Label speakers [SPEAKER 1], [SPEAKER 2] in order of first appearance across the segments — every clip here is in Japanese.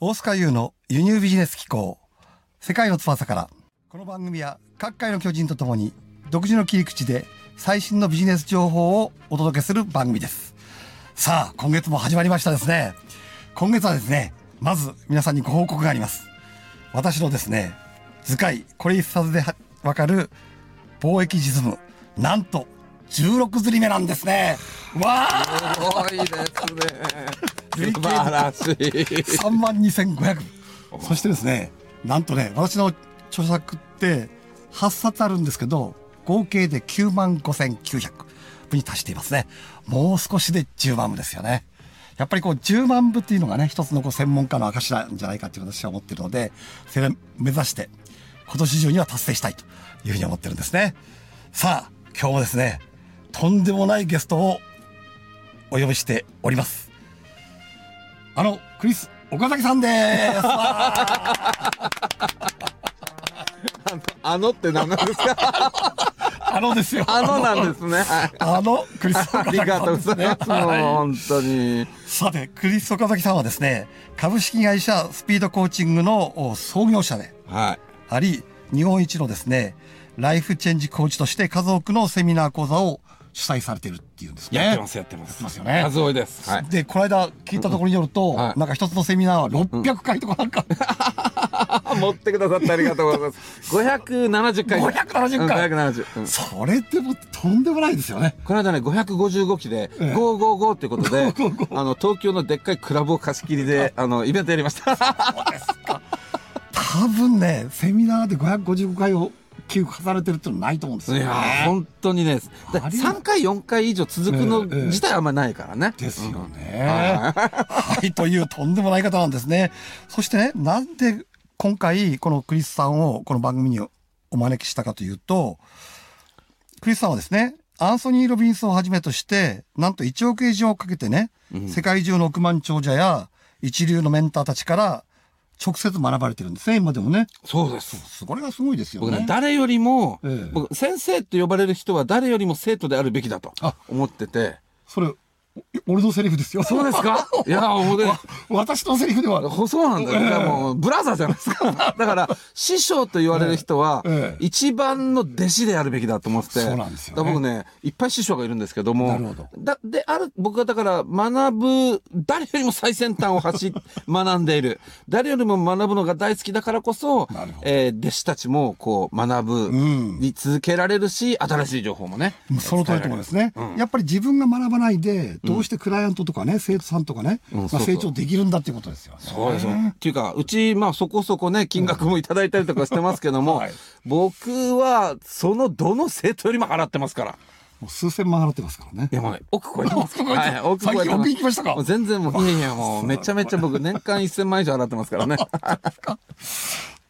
[SPEAKER 1] 大須賀優の輸入ビジネス機構世界の翼からこの番組は各界の巨人とともに独自の切り口で最新のビジネス情報をお届けする番組ですさあ今月も始まりましたですね今月はですねまず皆さんにご報告があります私のですね図解これ一冊ではわかる貿易実務なんと16釣り目なんですねわあ
[SPEAKER 2] すごいですね。素晴らしい。
[SPEAKER 1] 3万2500そしてですねなんとね私の著作って8冊あるんですけど合計で9万5900部に達していますねもう少しで10万部ですよねやっぱりこう10万部っていうのがね一つのこう専門家の証なんじゃないかっていう私は思ってるのでそれを目指して今年中には達成したいというふうに思ってるんですねさあ今日もですねとんでもないゲストをお呼びしておりますあの、クリス、岡崎さんでーす。わー
[SPEAKER 2] あのって何なんですか。
[SPEAKER 1] あのですよ。
[SPEAKER 2] あのなんですね。はい
[SPEAKER 1] あの、クリス、
[SPEAKER 2] ありがとうございます。もう
[SPEAKER 1] は
[SPEAKER 2] 本当に。
[SPEAKER 1] いさて、クリス岡崎さんはですね、株式会社スピードコーチングのお創業者で
[SPEAKER 2] はい。
[SPEAKER 1] あり、日本一のですね、ライフチェンジコーチとして数多くのセミナー講座を主催されてるっていうんですね。
[SPEAKER 2] やってます、やってます。
[SPEAKER 1] やってますよね
[SPEAKER 2] 数多いです。はい。
[SPEAKER 1] で、この間聞いたところによると、
[SPEAKER 2] はい
[SPEAKER 1] なんか一つのセミナーは600回とか なんか、
[SPEAKER 2] あ、持ってくださってありがとうございます。五百七十回。
[SPEAKER 1] 570回
[SPEAKER 2] 五百七十。うん
[SPEAKER 1] それってもうとんでもないですよね。
[SPEAKER 2] この間ね、555期で、
[SPEAKER 1] ええ
[SPEAKER 2] 555っていうことで、あの、東京のでっかいクラブを貸し切りで、あの、イベントやりました。
[SPEAKER 1] 多分ね、セミナーで555回を休暇されてるってのはないと思うんです
[SPEAKER 2] い
[SPEAKER 1] よ、ね。
[SPEAKER 2] やー本当にね、で
[SPEAKER 1] ありえ
[SPEAKER 2] 3回、4回以上続くの
[SPEAKER 1] ええ
[SPEAKER 2] 自体はあんまりないからね。
[SPEAKER 1] ですよね。
[SPEAKER 2] は
[SPEAKER 1] はい、というとんでもない方なんですね。そしてね、なんで今回、このクリスさんをこの番組にお招きしたかというと、クリスさんはですね、アンソニー・ロビンスをはじめとして、なんと1億円以上かけてね、世界中の億万長者や一流のメンターたちから直接学ばれてるんですね、今でもね。
[SPEAKER 2] そうです。
[SPEAKER 1] それがすごいですよ
[SPEAKER 2] 僕
[SPEAKER 1] ね
[SPEAKER 2] ね、。誰よりも、
[SPEAKER 1] ええ
[SPEAKER 2] 僕、先生って呼ばれる人は誰よりも生徒であるべきだと
[SPEAKER 1] あ
[SPEAKER 2] 思ってて。
[SPEAKER 1] それ、お俺のセリフですよ。
[SPEAKER 2] そうですか いや、俺、
[SPEAKER 1] 私のセリフでは
[SPEAKER 2] そうなんだよ。だからもう、ブラザーじゃないです か。だから、師匠と言われる人は
[SPEAKER 1] ええ、
[SPEAKER 2] 一番の弟子であるべきだと思ってて。
[SPEAKER 1] そうなんですよね
[SPEAKER 2] だから僕ね、いっぱい師匠がいるんですけど
[SPEAKER 1] なるほ
[SPEAKER 2] も
[SPEAKER 1] ど、
[SPEAKER 2] だ、で、ある、僕がだから、学ぶ、誰よりも最先端を走っ、学んでいる。 誰よりも学ぶのが大好きだからこそ
[SPEAKER 1] なるほど、
[SPEAKER 2] えー弟子たちも、こう、学ぶ、
[SPEAKER 1] ん
[SPEAKER 2] に続けられるし、新しい情報もね。
[SPEAKER 1] うんその通りと思いますね、やっぱり自分が学ばないで、どうしてクライアントとかね、生徒さんとかね、
[SPEAKER 2] うん
[SPEAKER 1] まあ、
[SPEAKER 2] そうそう
[SPEAKER 1] 成長できるんだっていうことですよね。
[SPEAKER 2] そうですよ。っていうか、うち、まあそこそこね、金額もいただいたりとかしてますけども、
[SPEAKER 1] はい
[SPEAKER 2] 僕は、そのどの生徒よりも払ってますから。
[SPEAKER 1] もう数千万払ってますからね
[SPEAKER 2] い。や、もうね、奥超えてますから。
[SPEAKER 1] 奥超 えて
[SPEAKER 2] 超えて
[SPEAKER 1] 最近奥行きましたか
[SPEAKER 2] もう全然もう、いやいや、もう、めちゃめちゃ僕、年間1000万以上払ってます からね。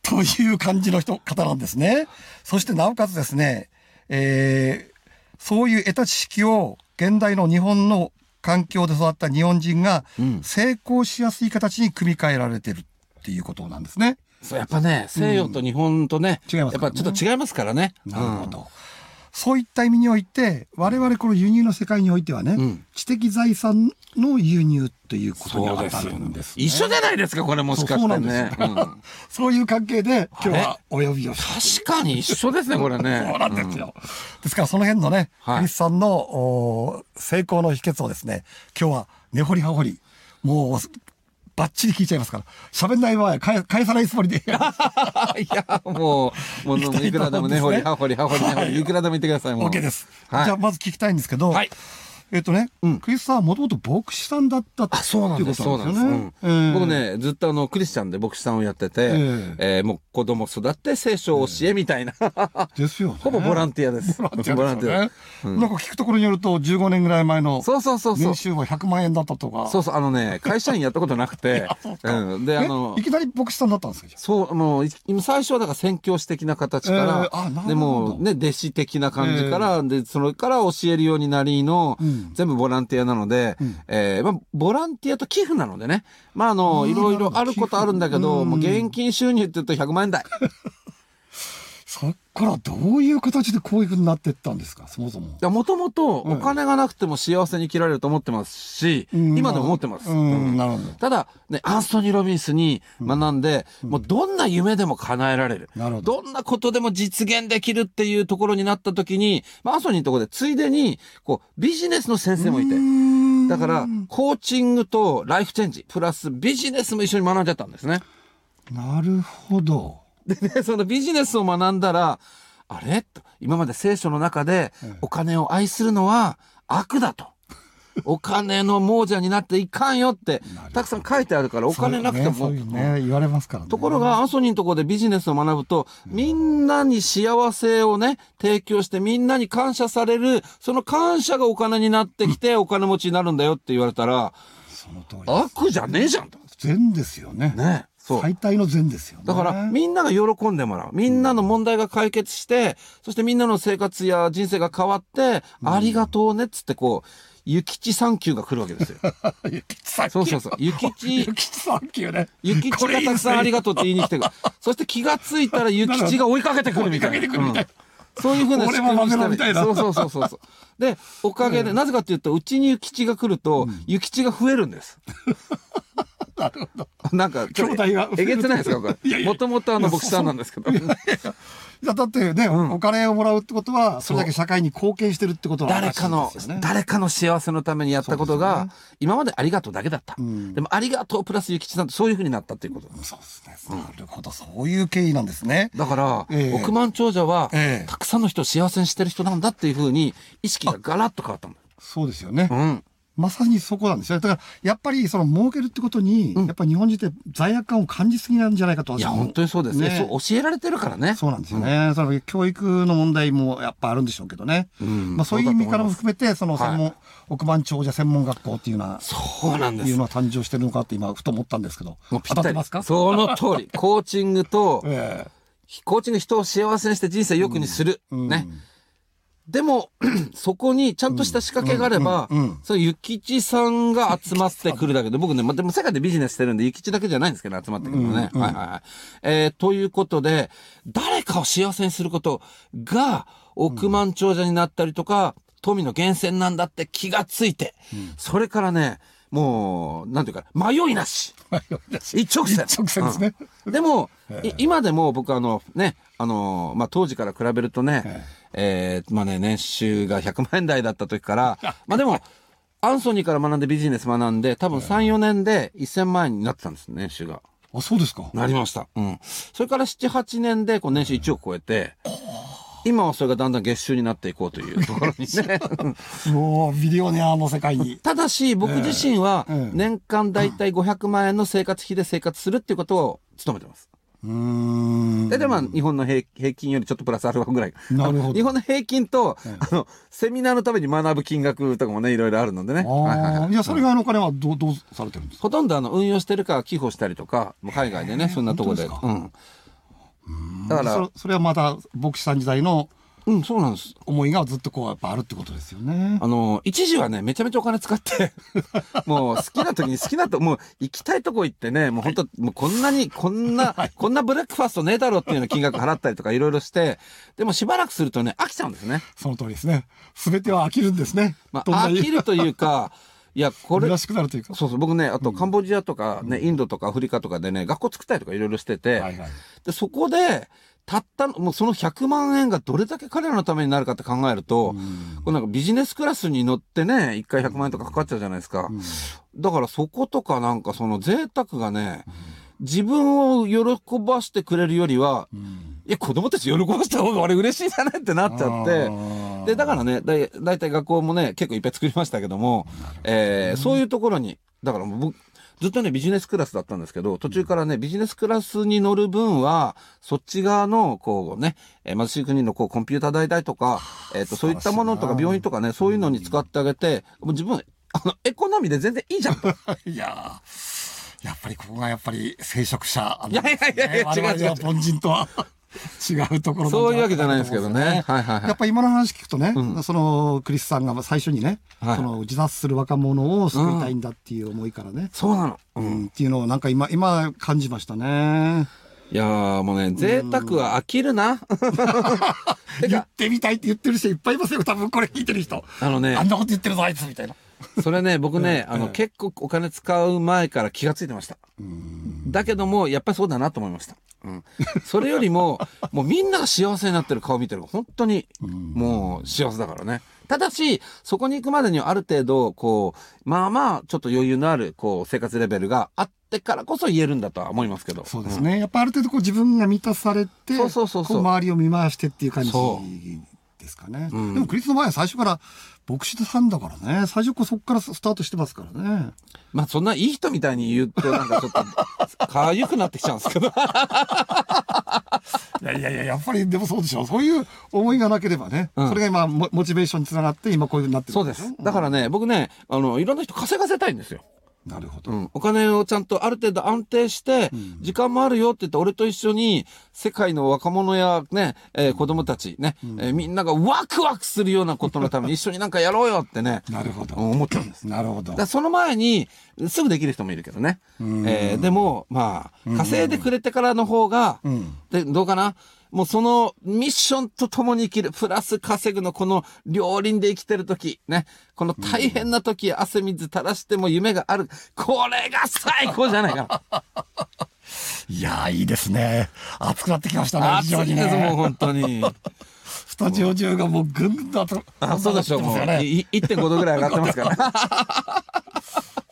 [SPEAKER 1] という感じの人方なんですね。そしてなおかつですね、えーそういう得た知識を現代の日本の環境で育った日本人が成功しやすい形に組み替えられてるっていうことなんですね。
[SPEAKER 2] そう、やっぱね、西洋と日本とね、
[SPEAKER 1] うん違います
[SPEAKER 2] やっ
[SPEAKER 1] から
[SPEAKER 2] ぱ
[SPEAKER 1] ね
[SPEAKER 2] ちょっと違いますからね。
[SPEAKER 1] なるほど。そういった意味において、我々この輸入の世界においてはね、
[SPEAKER 2] ん
[SPEAKER 1] 知的財産の輸入ということに
[SPEAKER 2] そう
[SPEAKER 1] 当
[SPEAKER 2] です
[SPEAKER 1] た
[SPEAKER 2] よ
[SPEAKER 1] るんです。
[SPEAKER 2] 一緒じゃないですか、これもし
[SPEAKER 1] そう
[SPEAKER 2] か
[SPEAKER 1] そう
[SPEAKER 2] し
[SPEAKER 1] な
[SPEAKER 2] て
[SPEAKER 1] んです
[SPEAKER 2] ね
[SPEAKER 1] よ。。
[SPEAKER 2] うん確
[SPEAKER 1] そういう関係で、今日はお呼びをし
[SPEAKER 2] かに一緒ですね、これね。
[SPEAKER 1] そうなんですよ。ですからその辺のね、
[SPEAKER 2] はい
[SPEAKER 1] クリスさんのおー成功の秘訣をですね、今日は根掘り葉掘り、もう、バッチリ聞いちゃいますから、喋んない場合は返返さないつもりで。
[SPEAKER 2] いや、 もう、もう、いくらでもね、
[SPEAKER 1] 行
[SPEAKER 2] ほり
[SPEAKER 1] きたいと思うんですね
[SPEAKER 2] はほりはほりねほ
[SPEAKER 1] はい
[SPEAKER 2] り、いくらでも言ってください、もう。
[SPEAKER 1] OK です。
[SPEAKER 2] はい
[SPEAKER 1] じゃあまず聞きたいんですけど、
[SPEAKER 2] はい
[SPEAKER 1] えっとね、
[SPEAKER 2] うん
[SPEAKER 1] クリスさんはもともと牧師さんだったって
[SPEAKER 2] あ、そうなんです。
[SPEAKER 1] い
[SPEAKER 2] そう
[SPEAKER 1] こと
[SPEAKER 2] なんです。
[SPEAKER 1] よね
[SPEAKER 2] うん
[SPEAKER 1] ええ
[SPEAKER 2] 僕ね、ずっとあの、クリスチャンで牧師さんをやってて、
[SPEAKER 1] え
[SPEAKER 2] えーもう子供育って聖書を教えみたいな、
[SPEAKER 1] ですよね。
[SPEAKER 2] ほぼボランティアです。
[SPEAKER 1] ボランティア
[SPEAKER 2] ボ
[SPEAKER 1] で
[SPEAKER 2] ラ
[SPEAKER 1] す
[SPEAKER 2] ン
[SPEAKER 1] よ
[SPEAKER 2] ティ
[SPEAKER 1] ね
[SPEAKER 2] ア。
[SPEAKER 1] なんか聞くところによると、15年ぐらい前の
[SPEAKER 2] そうそうそうそう
[SPEAKER 1] 年。収は100万円だったとか。
[SPEAKER 2] そうそう、あのね、会社員やったことなく て、うん。で、あの
[SPEAKER 1] えい、きなり牧師さんだったんですかじゃあ
[SPEAKER 2] そう、もう、い今最初はだから宣教師的な形から
[SPEAKER 1] え、ーあなるほど
[SPEAKER 2] でもうね、弟子的な感じから、で、それから教えるようになりの、
[SPEAKER 1] ん
[SPEAKER 2] 全部ボランティアなので、えーまあ、ボランティアと寄付なのでね、まあ、あの、いろいろあることあるんだけ
[SPEAKER 1] 寄
[SPEAKER 2] ど、
[SPEAKER 1] 付
[SPEAKER 2] もう現金収入って言うと100万円台。
[SPEAKER 1] そっからどういう形でこういうふうになっていったんですかそもそも。
[SPEAKER 2] もともとお金がなくても幸せに生きられると思ってますし、
[SPEAKER 1] うん
[SPEAKER 2] 今でも思ってます。
[SPEAKER 1] うん、なるほど。
[SPEAKER 2] ただ、ね、アンソニー・ロビンスに学んで、もうどんな夢でも叶えられる。
[SPEAKER 1] なるほど。
[SPEAKER 2] どんなことでも実現できるっていうところになった時に、まあ、アンソニーのところで、ついでに、こう、ビジネスの先生もいて。だから、コーチングとライフチェンジ、プラスビジネスも一緒に学んじゃったんですね。
[SPEAKER 1] なるほど。
[SPEAKER 2] で ね、そのビジネスを学んだら、あれと今まで聖書の中で、お金を愛するのは悪だと。お金の亡者になっていかんよって
[SPEAKER 1] なるほ、ど
[SPEAKER 2] たくさん書いてあるから、お金なくて
[SPEAKER 1] そ
[SPEAKER 2] も。
[SPEAKER 1] ういうねそういうね言われますからね。
[SPEAKER 2] ところが、アンソニーのところでビジネスを学ぶと、みんなに幸せをね、提供してみんなに感謝される、その感謝がお金になってきて、お金持ちになるんだよって言われたら、
[SPEAKER 1] その通りです。
[SPEAKER 2] 悪じゃねえじゃんと。
[SPEAKER 1] 善ですよね。
[SPEAKER 2] ね。そう。
[SPEAKER 1] 最大の善ですよね。
[SPEAKER 2] だから、みんなが喜んでもらう。みんなの問題が解決して、そしてみんなの生活や人生が変わって、ありがとうねっつってこう、諭吉三級が来るわ けですよ。
[SPEAKER 1] ゆきちさん
[SPEAKER 2] そうそうそう。諭吉
[SPEAKER 1] ゆ、きちさんきゅうね。
[SPEAKER 2] 諭吉がたくさんありがとうって言いに来てくる。そして気がついたら諭吉が追いかけてくるみたいな。
[SPEAKER 1] 追いかけてくるみたいな
[SPEAKER 2] うんそういうふうな
[SPEAKER 1] 俺も
[SPEAKER 2] に
[SPEAKER 1] マグロみたいな
[SPEAKER 2] そうそうそうそうそう。で、おかげで、なぜかっていうと、うちに諭吉が来ると、諭吉が増えるんです。
[SPEAKER 1] なるほど。
[SPEAKER 2] なんか、
[SPEAKER 1] 兄弟が
[SPEAKER 2] えげつないですかこ
[SPEAKER 1] いやい
[SPEAKER 2] れ。
[SPEAKER 1] や
[SPEAKER 2] もともとあの、僕さんなんですけ ど。
[SPEAKER 1] いやだってね、
[SPEAKER 2] ん
[SPEAKER 1] お金をもらうってことは、それだけ社会に貢献してるってことは、
[SPEAKER 2] 誰かの、誰かの幸せのためにやったこと
[SPEAKER 1] そう
[SPEAKER 2] が、
[SPEAKER 1] で
[SPEAKER 2] 今までありがとうだけだった。
[SPEAKER 1] ん
[SPEAKER 2] でもありがとうプラスゆきちさんってそういうふうになったっていうこと。
[SPEAKER 1] そうですね。なるほど、そういう経緯なんですね。
[SPEAKER 2] だから、
[SPEAKER 1] ええ
[SPEAKER 2] 億万長者は、
[SPEAKER 1] ええ
[SPEAKER 2] たくさんの人を幸せにしてる人なんだっていうふうに、意識がガラッと変わったんだ。
[SPEAKER 1] そうですよね。
[SPEAKER 2] うん。
[SPEAKER 1] まさにそこなんですよ。だから、やっぱり、その、儲けるってことに、やっぱり日本人って罪悪感を感じすぎなんじゃないかと
[SPEAKER 2] い
[SPEAKER 1] 私
[SPEAKER 2] や、
[SPEAKER 1] は思う。
[SPEAKER 2] 本当にそうですね。そう、教えられてるからね。
[SPEAKER 1] そうなんですよね。その教育の問題もやっぱあるんでしょうけどね。
[SPEAKER 2] ん
[SPEAKER 1] まあそういう意味からも含めて、その
[SPEAKER 2] はい
[SPEAKER 1] 専門、億万長者専門学校っていうのは、
[SPEAKER 2] そうなんです
[SPEAKER 1] いうのは誕生してるのかって今、ふと思ったんですけど。
[SPEAKER 2] もうぴ
[SPEAKER 1] 当
[SPEAKER 2] ったた
[SPEAKER 1] っ
[SPEAKER 2] り
[SPEAKER 1] てますか
[SPEAKER 2] その通り。コーチングと、
[SPEAKER 1] ええ
[SPEAKER 2] コーチング人を幸せにして人生良くにする。 ね。でも、 そこにちゃんとした仕掛けがあれば、
[SPEAKER 1] うんうんうん
[SPEAKER 2] そのゆきちさんが集まってくるだけで、僕ね、まあ、でも世界でビジネスしてるんで、ゆきちだけじゃないんですけど、集まってくるのね。はいはいはい。えーということで、誰かを幸せにすることが、億万長者になったりとか、富の源泉なんだって気がついて、それからね、もう、なんていうか、迷いなし。一直線。
[SPEAKER 1] 一直線ですね
[SPEAKER 2] うん でも、い今でも僕あの、ね、あの、まあ、当時から比べるとね、えーまあね、年収が100万円台だった 時から、まあでも、アンソニーから学んでビジネス学んで、多分3、4年で1000万円になってたんです、年収が。
[SPEAKER 1] あ、そうですか。
[SPEAKER 2] なりました。うん。それから7、8年で、こう、年収1億超えて、今はそれがだんだん月収になっていこうというところ にね。
[SPEAKER 1] もう、ビデオネアの世界に。
[SPEAKER 2] ただし、僕自身は
[SPEAKER 1] ええええ、
[SPEAKER 2] 年間だいたい500万円の生活費で生活するっていうことを努めてます。
[SPEAKER 1] うーん。
[SPEAKER 2] 大体まあ日本の平平均よりちょっとプラスアルファぐらい。
[SPEAKER 1] なるほど
[SPEAKER 2] あの日本の平均と、あの、セミナーのために学ぶ金額とかもね、いろいろあるのでね。はいはい
[SPEAKER 1] あ
[SPEAKER 2] は
[SPEAKER 1] あ。
[SPEAKER 2] い
[SPEAKER 1] いや、それがあのお金はどう、どうされてるんですか
[SPEAKER 2] ほとんどあの、運用してるか寄付をしたりとか、もう海外でね、そんなとこで。
[SPEAKER 1] 本
[SPEAKER 2] うん。だか
[SPEAKER 1] そ
[SPEAKER 2] ら
[SPEAKER 1] れ、それはまた、牧師さん時代の
[SPEAKER 2] うん、そうなんです。
[SPEAKER 1] 思いがずっとこう、やっぱあるってことですよね。
[SPEAKER 2] あの、一時はね、めちゃめちゃお金使って、 もう好きな時に好きなと、もう行きたいとこ行ってね、もう本当、もうこんなに、こんな、こんなブレックファストねえだろっていうような金額払ったりとかいろいろして、でもしばらくするとね、飽きちゃうんですね。
[SPEAKER 1] その通りですね。すべては飽きるんですね。
[SPEAKER 2] まあ、
[SPEAKER 1] どんな
[SPEAKER 2] 飽きるというか、いや、これ
[SPEAKER 1] 虚、しくなるというか。
[SPEAKER 2] そうそう、僕ね、あとカンボジアとかね、インドとかアフリカとかでね、学校作ったりとかいろいろしてて、
[SPEAKER 1] はいはい
[SPEAKER 2] で、そこで、たったの、もうその100万円がどれだけ彼らのためになるかって考えると、これなんかビジネスクラスに乗ってね、1回100万円とかかかっちゃうじゃないですか。だからそことかなんかその贅沢がね、自分を喜ばしてくれるよりは、いや、子供たち喜ばした方が俺嬉しいじゃないってなっちゃって
[SPEAKER 1] あ、ー
[SPEAKER 2] で、だからね、だいだいたい学校もね、結構いっぱい作りましたけども、えーそういうところに、だからもう僕、ずっとね、ビジネスクラスだったんですけど、途中からね、ビジネスクラスに乗る分は、そっち側の、こうね、えー貧しい国のこう、コンピューター代代とか、えっ、と、そういったものとか、病院とかね、そういうのに使ってあげて、もう自分、あの、エコノミーで全然いいじゃんと。
[SPEAKER 1] いやーやっぱりここがやっぱり聖職者なん
[SPEAKER 2] いやいやいやいや
[SPEAKER 1] ですね
[SPEAKER 2] 違う違う
[SPEAKER 1] 我々の凡人とは違うところんじゃ
[SPEAKER 2] そういうわけじゃないですけどね。はいはいは
[SPEAKER 1] や
[SPEAKER 2] い
[SPEAKER 1] っ。ぱ今の話聞くとね、そのクリスさんが最初にね、
[SPEAKER 2] はい
[SPEAKER 1] その自殺する若者を救いたいんだっていう思いからね、
[SPEAKER 2] そうなの。
[SPEAKER 1] うんっていうのをなんか今今感じましたね。
[SPEAKER 2] いやーもうね、贅沢は飽きるな。 て
[SPEAKER 1] 言
[SPEAKER 2] か
[SPEAKER 1] っ、てみたいって言ってる人いっぱいいますよ多分これ聞いてる人
[SPEAKER 2] あのね
[SPEAKER 1] あん、なこと言ってるぞあいつみたいな
[SPEAKER 2] そ れね、僕ね、あ
[SPEAKER 1] う
[SPEAKER 2] の、
[SPEAKER 1] ん
[SPEAKER 2] 結構お金使う前から気がついてました。だけども、やっぱりそうだなと思いました。うん。それよりも、 もうみんなが幸せになってる顔見てるのが本当に、もう幸せだからね。ただし、そこに行くまでにはある程度、こう、まあまあ、ちょっと余裕のある、こう、生活レベルがあってからこそ言えるんだとは思いますけど。
[SPEAKER 1] そうですね、やっぱある程度こう自分が満たされて
[SPEAKER 2] そうそうそうそう
[SPEAKER 1] こ周りを見回してっていう感じ
[SPEAKER 2] そ
[SPEAKER 1] ですかね、
[SPEAKER 2] ん
[SPEAKER 1] でもクリスの場合は最初から牧師さんだからね最初こうそこからスタートしてますからね
[SPEAKER 2] まあそんないい人みたいに言うと なんかちょっとかゆくなってきちゃうんですけど。
[SPEAKER 1] いやいやいややっぱりでもそうでしょうそういう思いがなければね、
[SPEAKER 2] うん
[SPEAKER 1] それが今モモチベーションにつながって今こういうふうになってる
[SPEAKER 2] そうです。だからね、僕ね、あの、いろんな人稼がせたいんですよ。
[SPEAKER 1] なるほど、
[SPEAKER 2] うん。お金をちゃんとある程度安定して、時間もあるよって言って、俺と一緒に世界の若者やね、えー子供たちね、えーみんながワクワクするようなこと のために一緒になんかやろうよってね、
[SPEAKER 1] なるほど、
[SPEAKER 2] 思っちゃうんです。
[SPEAKER 1] なるほど
[SPEAKER 2] だからその前に、すぐできる人もいるけどね。
[SPEAKER 1] うん
[SPEAKER 2] えーでも、まあ、稼いでくれてからの方が、
[SPEAKER 1] うん
[SPEAKER 2] で、どうかなもうそのミッションと共に生きる、プラス稼ぐのこの両輪で生きてる時、ね。この大変な時、汗水垂らしても夢がある。これが最高じゃな いか
[SPEAKER 1] いやーいいですね暑くなってきましたね
[SPEAKER 2] な。
[SPEAKER 1] 非
[SPEAKER 2] 熱
[SPEAKER 1] 常
[SPEAKER 2] い
[SPEAKER 1] に
[SPEAKER 2] です、もう
[SPEAKER 1] ね
[SPEAKER 2] 本 当に。
[SPEAKER 1] スタジオ中がもうぐんぐんと暑く
[SPEAKER 2] あ、そうでしょう、
[SPEAKER 1] 暑く
[SPEAKER 2] も
[SPEAKER 1] な
[SPEAKER 2] う。
[SPEAKER 1] ってますよね
[SPEAKER 2] いい1.5度ぐらい上がってますから。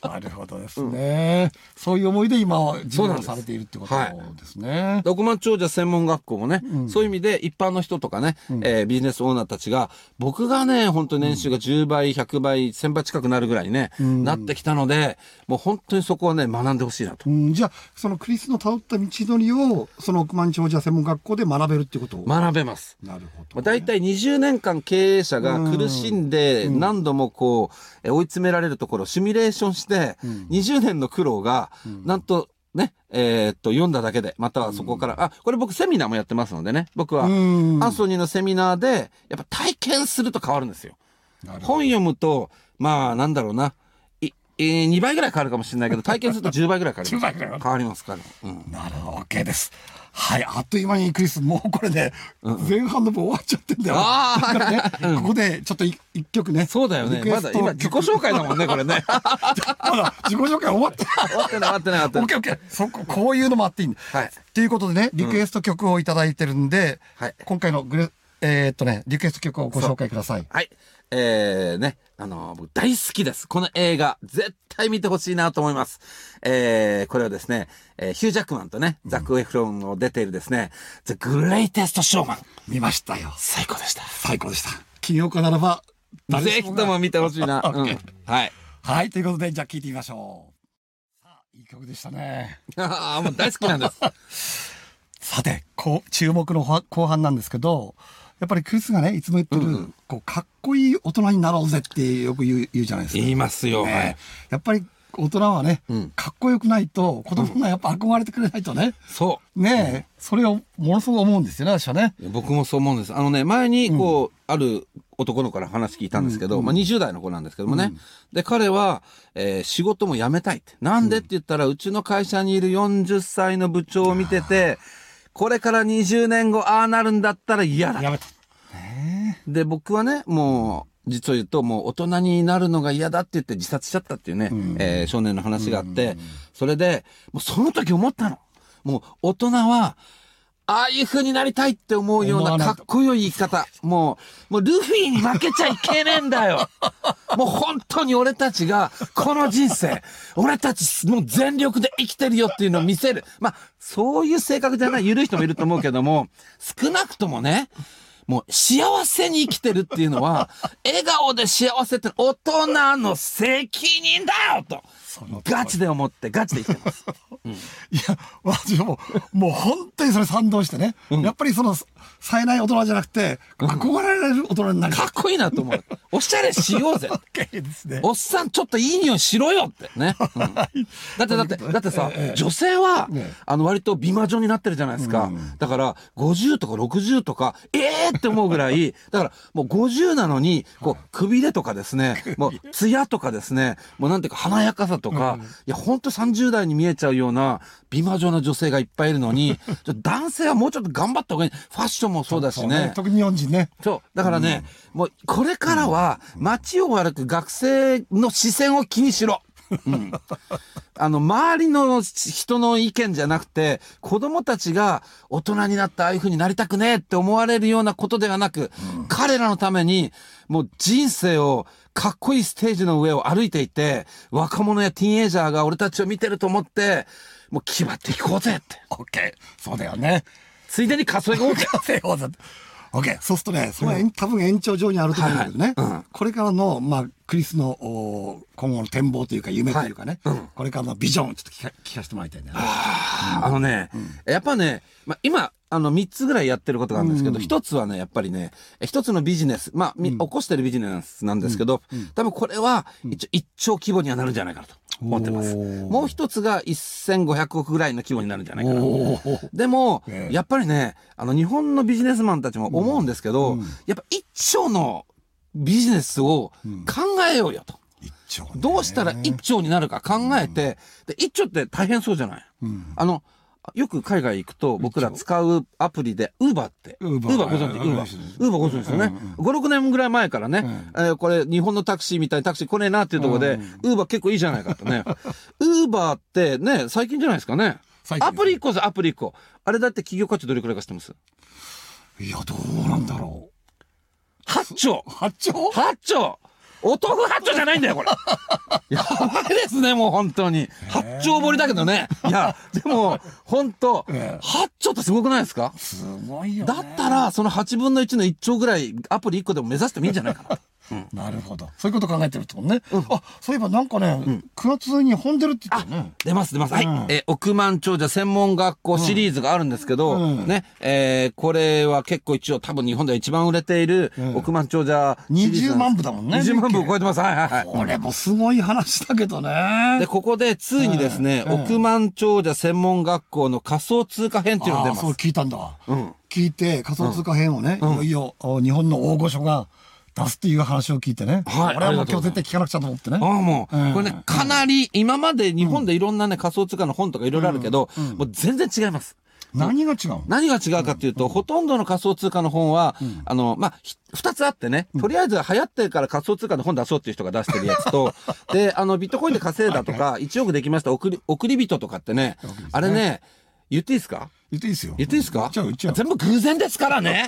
[SPEAKER 1] なるほどですね。そういう思いで今は自
[SPEAKER 2] そう
[SPEAKER 1] 分
[SPEAKER 2] なん
[SPEAKER 1] を
[SPEAKER 2] です
[SPEAKER 1] されているってこと
[SPEAKER 2] はい
[SPEAKER 1] ですね。
[SPEAKER 2] 億万長者専門学校もね、そういう意味で一般の人とかね、えービジネスオーナーたちが、僕がね、本当に年収が10倍、100倍、1000倍近くなるぐらいね、なってきたので、もう本当にそこはね、学んでほしいなと。
[SPEAKER 1] うん、じゃあそのクリスの辿った道のりをその億万長者専門学校で学べるってことを、
[SPEAKER 2] 学べます。
[SPEAKER 1] なるほ
[SPEAKER 2] ま
[SPEAKER 1] ど、
[SPEAKER 2] あ、大体20年間経営者が苦しんで何度もこうえ追い詰められるところをシミュレーションして20年の苦労がなんとね、えーっと、読んだだけで、またはそこから、あ、これ僕セミナーもやってますのでね、僕は、ア
[SPEAKER 1] うん
[SPEAKER 2] ンソニーのセミナーで、やっぱ体験すると変わるんですよ。
[SPEAKER 1] なるほど
[SPEAKER 2] 本読むと、まあ、なんだろうな、い、えー2倍ぐらい変わるかもしれない けど、体験すると10倍ぐらい変わります。
[SPEAKER 1] 10倍ぐらい
[SPEAKER 2] 変わりますから。うん。
[SPEAKER 1] なるほど OK です。はい、あっという間にクリス、もうこれね、前半の分終わっちゃってんだよ。
[SPEAKER 2] あー
[SPEAKER 1] だからね、ここでちょっとい一曲ね。
[SPEAKER 2] そうだよね。
[SPEAKER 1] リクエ
[SPEAKER 2] ま
[SPEAKER 1] ス
[SPEAKER 2] だ
[SPEAKER 1] ト
[SPEAKER 2] 今自己紹介だもんね、これね。
[SPEAKER 1] まだ自己紹介終わってない
[SPEAKER 2] 終わってない、終わってない、終わって
[SPEAKER 1] オッ
[SPEAKER 2] ない
[SPEAKER 1] ケ。ーオッケー。そこ、こういうのもあっていいんだ。
[SPEAKER 2] はい
[SPEAKER 1] ということでね、リクエスト曲をいただいてるんで、
[SPEAKER 2] はい
[SPEAKER 1] 今回のグレ、えーっとね、リクエスト曲をご紹介ください。
[SPEAKER 2] はい。えー、ね、あの、僕大好きです。この映画、絶対見てほしいなと思います。えー、これはですね、えーヒュージャックマンとね、ザック・エフロンの出ているですね、The Greatest Showman。
[SPEAKER 1] 見ましたよ。
[SPEAKER 2] 最高でした。
[SPEAKER 1] 最高でした。金曜日ならば、誰
[SPEAKER 2] ぜ
[SPEAKER 1] し
[SPEAKER 2] ひ
[SPEAKER 1] が
[SPEAKER 2] とも見てほしいな。うん。
[SPEAKER 1] OK
[SPEAKER 2] はい。
[SPEAKER 1] はい、ということで、じゃあ聴いてみましょう。さあ、いい曲でしたね。
[SPEAKER 2] ああ、もう大好きなんです。
[SPEAKER 1] さて、こう、注目のほ後半なんですけど、やっぱりクリスがね、いつも言ってる、こう、かっこいい大人になろうぜってよく言う言うじゃないですか。
[SPEAKER 2] 言いますよ。は
[SPEAKER 1] ね
[SPEAKER 2] い。、
[SPEAKER 1] やっぱり大人はね、
[SPEAKER 2] ん
[SPEAKER 1] かっこよくないと子供がやっぱ憧れてくれないとね、
[SPEAKER 2] そう。
[SPEAKER 1] ねえ、それをものすごく思うんですよね私はね。
[SPEAKER 2] 僕もそう思うんです。あのね、前に、こう、ある男の子から話聞いたんですけど、まあ、20代の子なんですけどもね。で、彼は、えー仕事も辞めたいって。なんでって言ったら、うちの会社にいる40歳の部長を見てて、これから20年後、ああなるんだったら嫌だ。
[SPEAKER 1] やめた。
[SPEAKER 2] で、僕はね、もう、実を言うと、もう大人になるのが嫌だって言って自殺しちゃったっていうね、えー少年の話があって、それで、もうその時思ったの。もう大人は、ああいう風になりたいって思うよう
[SPEAKER 1] 思
[SPEAKER 2] な
[SPEAKER 1] わない
[SPEAKER 2] かっ
[SPEAKER 1] と
[SPEAKER 2] こよい言い方。もう、もうルフィに負けちゃいけねえんだ よ。もう本当に俺たちが、この人生、 俺たちもう全力で生きてるよっていうのを見せる。まあ、そういう性格じゃない、緩い人もいると思うけども、少なくともね、もう幸せに生きてるっていうのは、 笑顔で幸せって大人の責任だよと
[SPEAKER 1] の通り
[SPEAKER 2] ガチで思って、ガチで生きてます。
[SPEAKER 1] いや、私はもう、もう本当当にそれ賛同してね、やっぱりその、冴えない大人じゃなくて、憧れられる大人になる。
[SPEAKER 2] かっこいいなと思う。おしゃれしようぜ。
[SPEAKER 1] OK ですね。
[SPEAKER 2] おっさんちょっといい匂いしろよってね。うんだってだ って、だってさ、女性は
[SPEAKER 1] ね、
[SPEAKER 2] あの割と美魔女になってるじゃないですか。だから、50とか60とか、ええって思うぐらい、 だからもう50なのに、こう、くびれとかですね、もう、ツヤとかですね、もうなんていうか華やかさとか、いや、ほんと30代に見えちゃうような美魔女な女性がいっぱいいるの に、ちょっと男性はもうちょっと頑張った方がいい。ファッションもそうだしね。
[SPEAKER 1] 特に日本人ね。
[SPEAKER 2] そう。だからね、もう、これからは、街を歩く学生の視線を気にしろ。うん、あの、周りの人の意見じゃなくて、子供たちが大人になったああいう風になりたくねえって思われるようなことではなく、彼らのために、もう人生をかっこいいステージの上を歩いていて、若者やティーンエイジャーが俺たちを見てると思って、もう決まっていこうぜって。
[SPEAKER 1] OK。そうだよね。
[SPEAKER 2] ついでに数え ようぜ。
[SPEAKER 1] OK。そうするとね、その、多分延長上にあると思うんだけどね、これからの、まあ、クリスのおー今後の展望というか、夢というかね、これからのビジョン、ちょっと聞か聞かせてもらいたいんだよね。
[SPEAKER 2] あのね、やっぱね、まあ、今、あの、3つぐらいやってることがあるんですけど、一つはね、やっぱりね、え一つのビジネス、まあ、み起こしてるビジネスなんですけど、多分これは、一応一兆規模にはなるんじゃないかなと思ってま
[SPEAKER 1] お
[SPEAKER 2] す。
[SPEAKER 1] ー
[SPEAKER 2] もう一つが1500億ぐらいの規模になるんじゃないかなと。
[SPEAKER 1] おー
[SPEAKER 2] でも、
[SPEAKER 1] ええ
[SPEAKER 2] やっぱりね、あの、日本のビジネスマンたちも思うんですけど、やっぱ一兆のビジネスを考えようよと。
[SPEAKER 1] 一丁ね
[SPEAKER 2] どうしたら一丁になるか考えて、で、一丁って大変そうじゃない、あの、よく海外行くと僕ら使うアプリで Uber って。
[SPEAKER 1] Uber
[SPEAKER 2] Uber ご存知
[SPEAKER 1] はい
[SPEAKER 2] ?Uber。Uber ご存知ですよね。5、6年ぐらい前からね、えーこれ日本のタクシーみたいにタクシー来ねえなっていうところで、Uber 結構いいじゃないかと ね。Uber ってね、最近じゃないですかね。
[SPEAKER 1] 最近
[SPEAKER 2] アプリ1個です、アプリ1個。あれだって企業価値どれくらいか知ってます
[SPEAKER 1] いや、どうなんだろ
[SPEAKER 2] ?8 兆
[SPEAKER 1] う。八丁
[SPEAKER 2] 八丁お豆腐八丁じゃないんだよ、こ れ。やばいですね、もう本当に。八丁掘りだけどね。いや、でも、本当
[SPEAKER 1] ええ
[SPEAKER 2] 八丁ってすごくないですか
[SPEAKER 1] すごいよ、ね。
[SPEAKER 2] だったら、その8分の1の1丁ぐらい、アプリ1個でも目指してもいいんじゃないかな。
[SPEAKER 1] なるほど。そういうこと考えてるってことね。あ、そういえばなんかね、9月に本出るって言ってたよね。
[SPEAKER 2] 出ます出ます。はい。えー億万長者専門学校シリーズがあるんですけど、
[SPEAKER 1] うん
[SPEAKER 2] ね、えーこれは結構一応多分日本では一番売れている
[SPEAKER 1] ん
[SPEAKER 2] 億万長者シリー
[SPEAKER 1] 20
[SPEAKER 2] ズなん
[SPEAKER 1] 万
[SPEAKER 2] で
[SPEAKER 1] 部だもんね。
[SPEAKER 2] す。20万部を
[SPEAKER 1] こ
[SPEAKER 2] 超えてます。はいはいはい。
[SPEAKER 1] れもすごい話だけどね
[SPEAKER 2] で、。ここでついにですね、
[SPEAKER 1] うん
[SPEAKER 2] 億万長者専門学校の仮想通貨編っていうのが
[SPEAKER 1] あ
[SPEAKER 2] 出
[SPEAKER 1] あ、
[SPEAKER 2] ます
[SPEAKER 1] そう。聞いたんだ。
[SPEAKER 2] うん
[SPEAKER 1] 聞いて、仮想通貨編をね、いよいよお日本の大御所が出すっていう話を聞いてね。
[SPEAKER 2] はい
[SPEAKER 1] 俺はも
[SPEAKER 2] あ
[SPEAKER 1] う
[SPEAKER 2] りがと
[SPEAKER 1] 今日
[SPEAKER 2] うございます
[SPEAKER 1] 絶対聞かなくちゃと思ってね。
[SPEAKER 2] ああ、もう、
[SPEAKER 1] うん
[SPEAKER 2] これね、かなり、今まで日本でいろんなね、仮想通貨の本とかいろいろあるけど、もう全然違います。
[SPEAKER 1] 何が違うの
[SPEAKER 2] 何が違うかっていうと、ほとんどの仮想通貨の本は、あの、まあ、ひ二つあってね、とりあえず流行ってるから仮想通貨の本出そうっていう人が出してるやつと、 で、あの、ビットコインで稼いだとか、1億できました、送り、送り人とかってね、あれね、言っていいですか
[SPEAKER 1] 言っていいですよ。
[SPEAKER 2] 言っていいですか
[SPEAKER 1] 言っちゃう、言っちゃう。
[SPEAKER 2] 全部偶然ですか らね。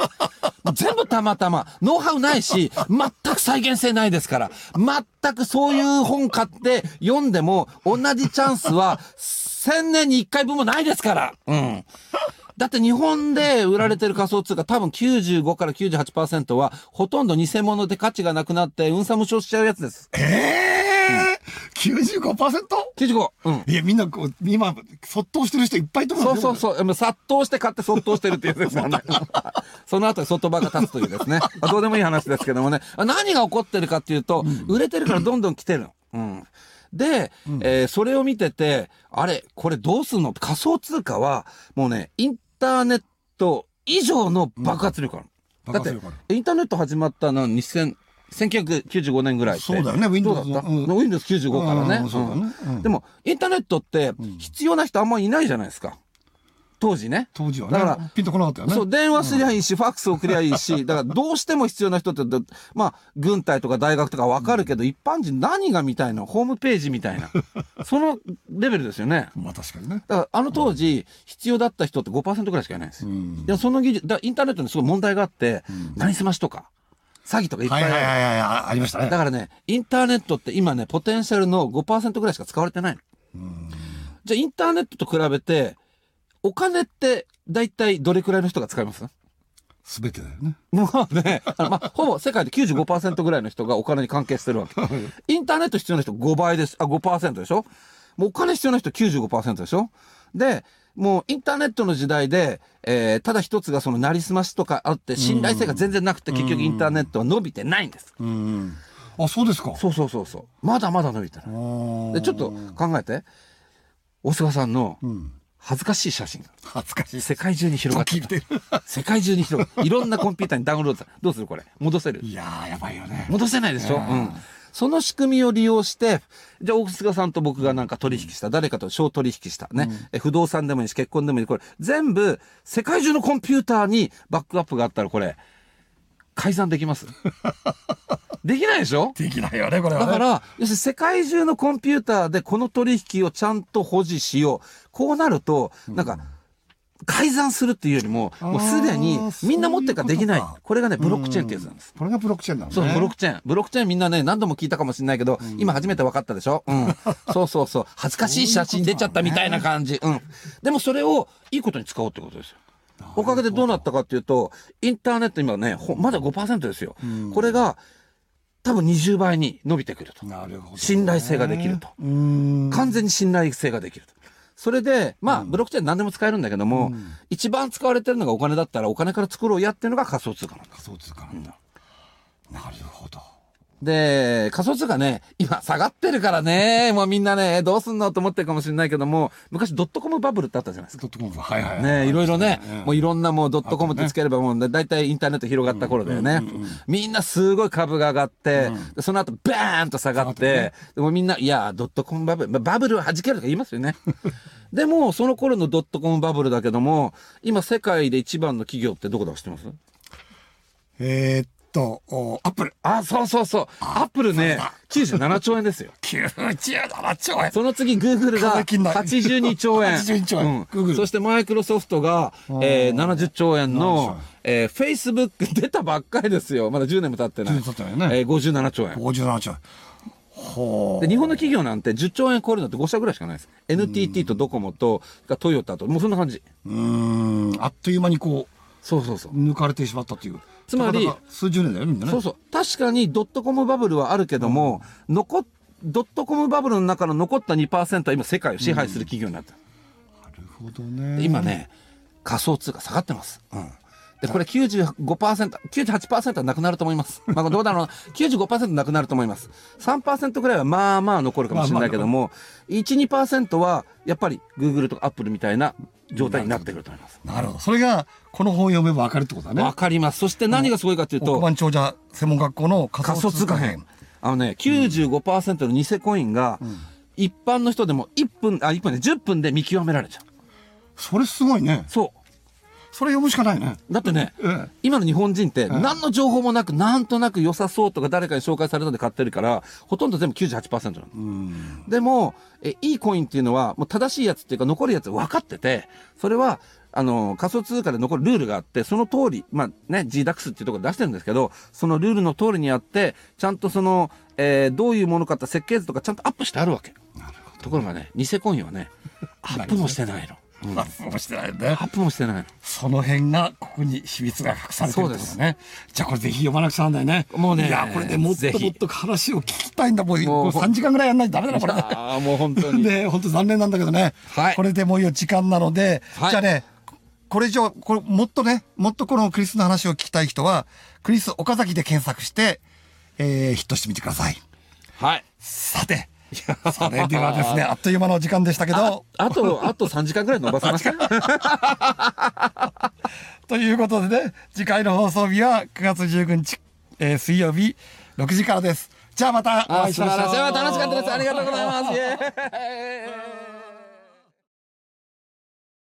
[SPEAKER 2] 全部たまたま。ノウハウないし、全く再現性ないですから。全くそういう本買って読んでも、同じチャンスは、千年に一回分もないですから。うん。だって日本で売られてる仮想通貨多分95から98%はほとんど偽物で価値がなくなってうんさ無償しちゃうやつです。
[SPEAKER 1] ええー、95%?
[SPEAKER 2] 95! うん。
[SPEAKER 1] いや、みんなこう、今、そっとしてる人いっぱいいと思
[SPEAKER 2] そううそうそう。もう殺到して買って殺到してるっていうですね。 その後外場が立つというですね。まあどうでもいい話ですけどもね。あ何が起こってるかっていうと、売れてるからどんどん来てるの。うん。で、えーそれを見てて、あれ、これどうすんの仮想通貨は、もうね、インターネット以上の爆発力ある。
[SPEAKER 1] うん
[SPEAKER 2] だ
[SPEAKER 1] 爆
[SPEAKER 2] っ
[SPEAKER 1] 発力あ
[SPEAKER 2] て、インターネット始まったのは2000、1995年ぐらいって
[SPEAKER 1] そうだよね Windows
[SPEAKER 2] どうだった、
[SPEAKER 1] うん
[SPEAKER 2] Windows95 からね。
[SPEAKER 1] うんそうだねうん
[SPEAKER 2] でも、インターネットって必要な人あんまいないじゃないですか。当時ね。
[SPEAKER 1] 当時はね。
[SPEAKER 2] だから、
[SPEAKER 1] ピンとこなかったよね。
[SPEAKER 2] そう、電話すりゃいいし、ファックス送りゃい いし、だからどうしても必要な人って、だまあ、軍隊とか大学とかわかるけど、一般人何が見たいのホームページみた いな。そのレベルですよね。
[SPEAKER 1] まあ確かにね。
[SPEAKER 2] だからあの当時、必要だった人って5%くらいしかいないんですよ。
[SPEAKER 1] ん
[SPEAKER 2] でもその技術、だからインターネットにすごい問題があって、何すましとか、詐欺とかいっぱ
[SPEAKER 1] はいい
[SPEAKER 2] あ
[SPEAKER 1] はい
[SPEAKER 2] る
[SPEAKER 1] はいはい、あありましたね。
[SPEAKER 2] だからね、インターネットって今ね、ポテンシャルの5%ぐらいしか使われてないの。じゃあインターネットと比べて、お金って大体どれくらいの人が使います
[SPEAKER 1] すべてだよね。
[SPEAKER 2] もうね、 あ のまあ、ほぼ世界で95%ぐらいの人がお金に関係してるわけ。インターネット必要な人5倍です。あ、5%でしょもうお金必要な人95%でしょで、もうインターネットの時代で、えーただ一つがそのなりすましとかあって信頼性が全然なくて、結局インターネットは伸びてないんです。
[SPEAKER 1] うん。あ、そうですか。
[SPEAKER 2] そうそうそうそう。まだまだ伸びてない。
[SPEAKER 1] で
[SPEAKER 2] でちょっと考えて大菅さんの
[SPEAKER 1] うん、
[SPEAKER 2] 恥ずかしい写真が
[SPEAKER 1] 恥ずかしい。
[SPEAKER 2] 世界中に広がって
[SPEAKER 1] 聞い
[SPEAKER 2] た
[SPEAKER 1] てる。
[SPEAKER 2] 世界中に広がっていろんなコンピューターにダウンロードさどうするこれ戻せる
[SPEAKER 1] いやー、やばいよね。
[SPEAKER 2] 戻せないでしょ、
[SPEAKER 1] う
[SPEAKER 2] うんん、その仕組みを利用してじゃあ大菅さんと僕がなんか取引した、誰かと小取引したね、え不動産でもいいし結婚でもいいこれ全部世界中のコンピューターにバックアップがあったらこれ改ざんできます できないでしょ
[SPEAKER 1] できないよね、これは、ね。
[SPEAKER 2] だから、要するに世界中のコンピューターでこの取引をちゃんと保持しよう。こうなると、なんか、改ざんするっていうよりも、もうすでに
[SPEAKER 1] あー
[SPEAKER 2] みんな持ってるからできない。
[SPEAKER 1] そういうこ
[SPEAKER 2] こと
[SPEAKER 1] か
[SPEAKER 2] れがね、ブロックチェーンってやつなんです。
[SPEAKER 1] これがブロックチェーンなのね。
[SPEAKER 2] そう、ブロックチェーン。ブロックチェーンみんなね、何度も聞いたかもしれないけど、今初めて分かったでしょ うん。そうそうそう。恥ずかしい写真出ちゃったみたいな感じ。うん。でもそれをいいことに使おうってことですよ。おかげでどうなったかっていうと、インターネット今ね、ほまだ5%ですよ。これが、多分20倍に伸びてくると。
[SPEAKER 1] なるほど、
[SPEAKER 2] 信頼性ができると
[SPEAKER 1] うーん。
[SPEAKER 2] 完全に信頼性ができると。それで、まあ、ブロックチェーン何でも使えるんだけども、一番使われてるのがお金だったらお金から作ろうやっていうのが仮想通貨なんだ。
[SPEAKER 1] 仮想通貨なんだ。なるほど。
[SPEAKER 2] で、仮想通貨ね、今下がってるからね、もうみんなね、どうすんのと思ってるかもしれないけども、昔ドットコムバブルってあったじゃないですか。
[SPEAKER 1] ドットコムは、はいはい、
[SPEAKER 2] ねいろいろね、もうい
[SPEAKER 1] い
[SPEAKER 2] ろんなもうドットコムってつければもう、だいたいインターネット広がった頃だよね。みんなすごい株が上がって、でその後バーンと下が
[SPEAKER 1] 下
[SPEAKER 2] っ
[SPEAKER 1] がって
[SPEAKER 2] て、でもみんな、いや、ドットコムバブル、まあバブルは弾けるとか言いますよね。 でも、その頃のドットコムバブルだけども、今世界で一番の企業ってどこだか知ってます
[SPEAKER 1] えー、っと、おアップル。
[SPEAKER 2] あ、そうそうそう。アップルね、97兆円ですよ。
[SPEAKER 1] 97兆円。
[SPEAKER 2] その次、グーグルが
[SPEAKER 1] 金金ない
[SPEAKER 2] 82兆円。
[SPEAKER 1] 82兆円
[SPEAKER 2] うん
[SPEAKER 1] Google
[SPEAKER 2] そしてマイクロソフトが、えー、70兆円の、えー、Facebook 出たばっかりですよ。まだ10年も経ってない。
[SPEAKER 1] 10年経ってないね
[SPEAKER 2] えー、57兆円。
[SPEAKER 1] 57兆円。ほ
[SPEAKER 2] で、日本の企業なんて10兆円超えるのって5社ぐらいしかないです。NTT とドコモと、トヨタと、もうそんな感じ。
[SPEAKER 1] う。うーん。あっという間にこ
[SPEAKER 2] そうそうそう
[SPEAKER 1] う、。抜かれてしまったという。
[SPEAKER 2] つまり
[SPEAKER 1] たかだか数十年だよ、みんなね。
[SPEAKER 2] そうそう。確かにドットコムバブルはあるけども、残っドットコムバブルの中の残った2%は今世界を支配する企業になった。
[SPEAKER 1] なるほどね。
[SPEAKER 2] で今。ね、仮想通貨下がってます。うん。で、これ95%、98%はなくなると思います。 まあ、どうだろうな。95%なくなると思います。3%ぐらいはまあまあ残るかもしれないけども、1、2%はやっぱり Google とか Apple みたいな状態になってくると思います。
[SPEAKER 1] なるほど。それが、この本を読めばわかるってことだね。
[SPEAKER 2] わかります。そして何がすごいかというと、
[SPEAKER 1] 億万長者専門学校の仮
[SPEAKER 2] 仮
[SPEAKER 1] 想
[SPEAKER 2] 想
[SPEAKER 1] 通
[SPEAKER 2] 通
[SPEAKER 1] 貨
[SPEAKER 2] 貨
[SPEAKER 1] 編
[SPEAKER 2] 編。。あのね、95%の偽コインが、一般の人でも1分、あ、1分で10分で見極められちゃう。
[SPEAKER 1] それすごいね。
[SPEAKER 2] そ
[SPEAKER 1] それ読むしかないね。
[SPEAKER 2] う。だってね、
[SPEAKER 1] え
[SPEAKER 2] 今の日本人って何の情報もなく、なんとなく良さそうとか誰かに紹介されたで買ってるから、ほとんど全部98%なの。
[SPEAKER 1] うん。
[SPEAKER 2] でも、え、いいコインっていうのは、もう正しいやつっていうか残るやつ分かってて、それは、あの、仮想通貨で残るルールがあって、その通り、まあね、GDAX っていうところで出してるんですけど、そのルールの通りにあって、ちゃんとその、えーどういうものかって設計図とかちゃんとアップしてあるわけ。ところがね、偽コインは ね、アップもしてないの。
[SPEAKER 1] まあ、そうしてないね
[SPEAKER 2] ア。ップもしてない
[SPEAKER 1] その辺が、ここに秘密が隠されてるってことだ
[SPEAKER 2] そう
[SPEAKER 1] ね。じゃあこれぜひ読まなくちゃなんないね。
[SPEAKER 2] もうね
[SPEAKER 1] いや、これでもっと
[SPEAKER 2] ぜひ
[SPEAKER 1] もっと話を聞きたいんだ。もう、
[SPEAKER 2] もう
[SPEAKER 1] もう3時間ぐらいやんないとダメだな、これ。
[SPEAKER 2] の。ああ、もう本 当 に。
[SPEAKER 1] で、本当残念なんだけどね。
[SPEAKER 2] はい
[SPEAKER 1] これでもういいよ、時間なので。
[SPEAKER 2] はい
[SPEAKER 1] じゃあね、これ以上、これ、もっとね、もっとこのクリスの話を聞きたい人は、クリス岡崎で検索して、えー、ヒットしてみてください。
[SPEAKER 2] はい。
[SPEAKER 1] さて、それではですね、あっという間のお時間でしたけ
[SPEAKER 2] あ
[SPEAKER 1] ど、
[SPEAKER 2] あと、あと3時間ぐらい伸ばせますか
[SPEAKER 1] ということでね、次回の放送日は9月19日、えー水曜日6時からです。じゃあまたお
[SPEAKER 2] あ
[SPEAKER 1] 会
[SPEAKER 2] ー
[SPEAKER 1] い
[SPEAKER 2] 素
[SPEAKER 1] しましょう。
[SPEAKER 2] 晴らしい。あー楽しかったです。ありがとうございます。イエーイ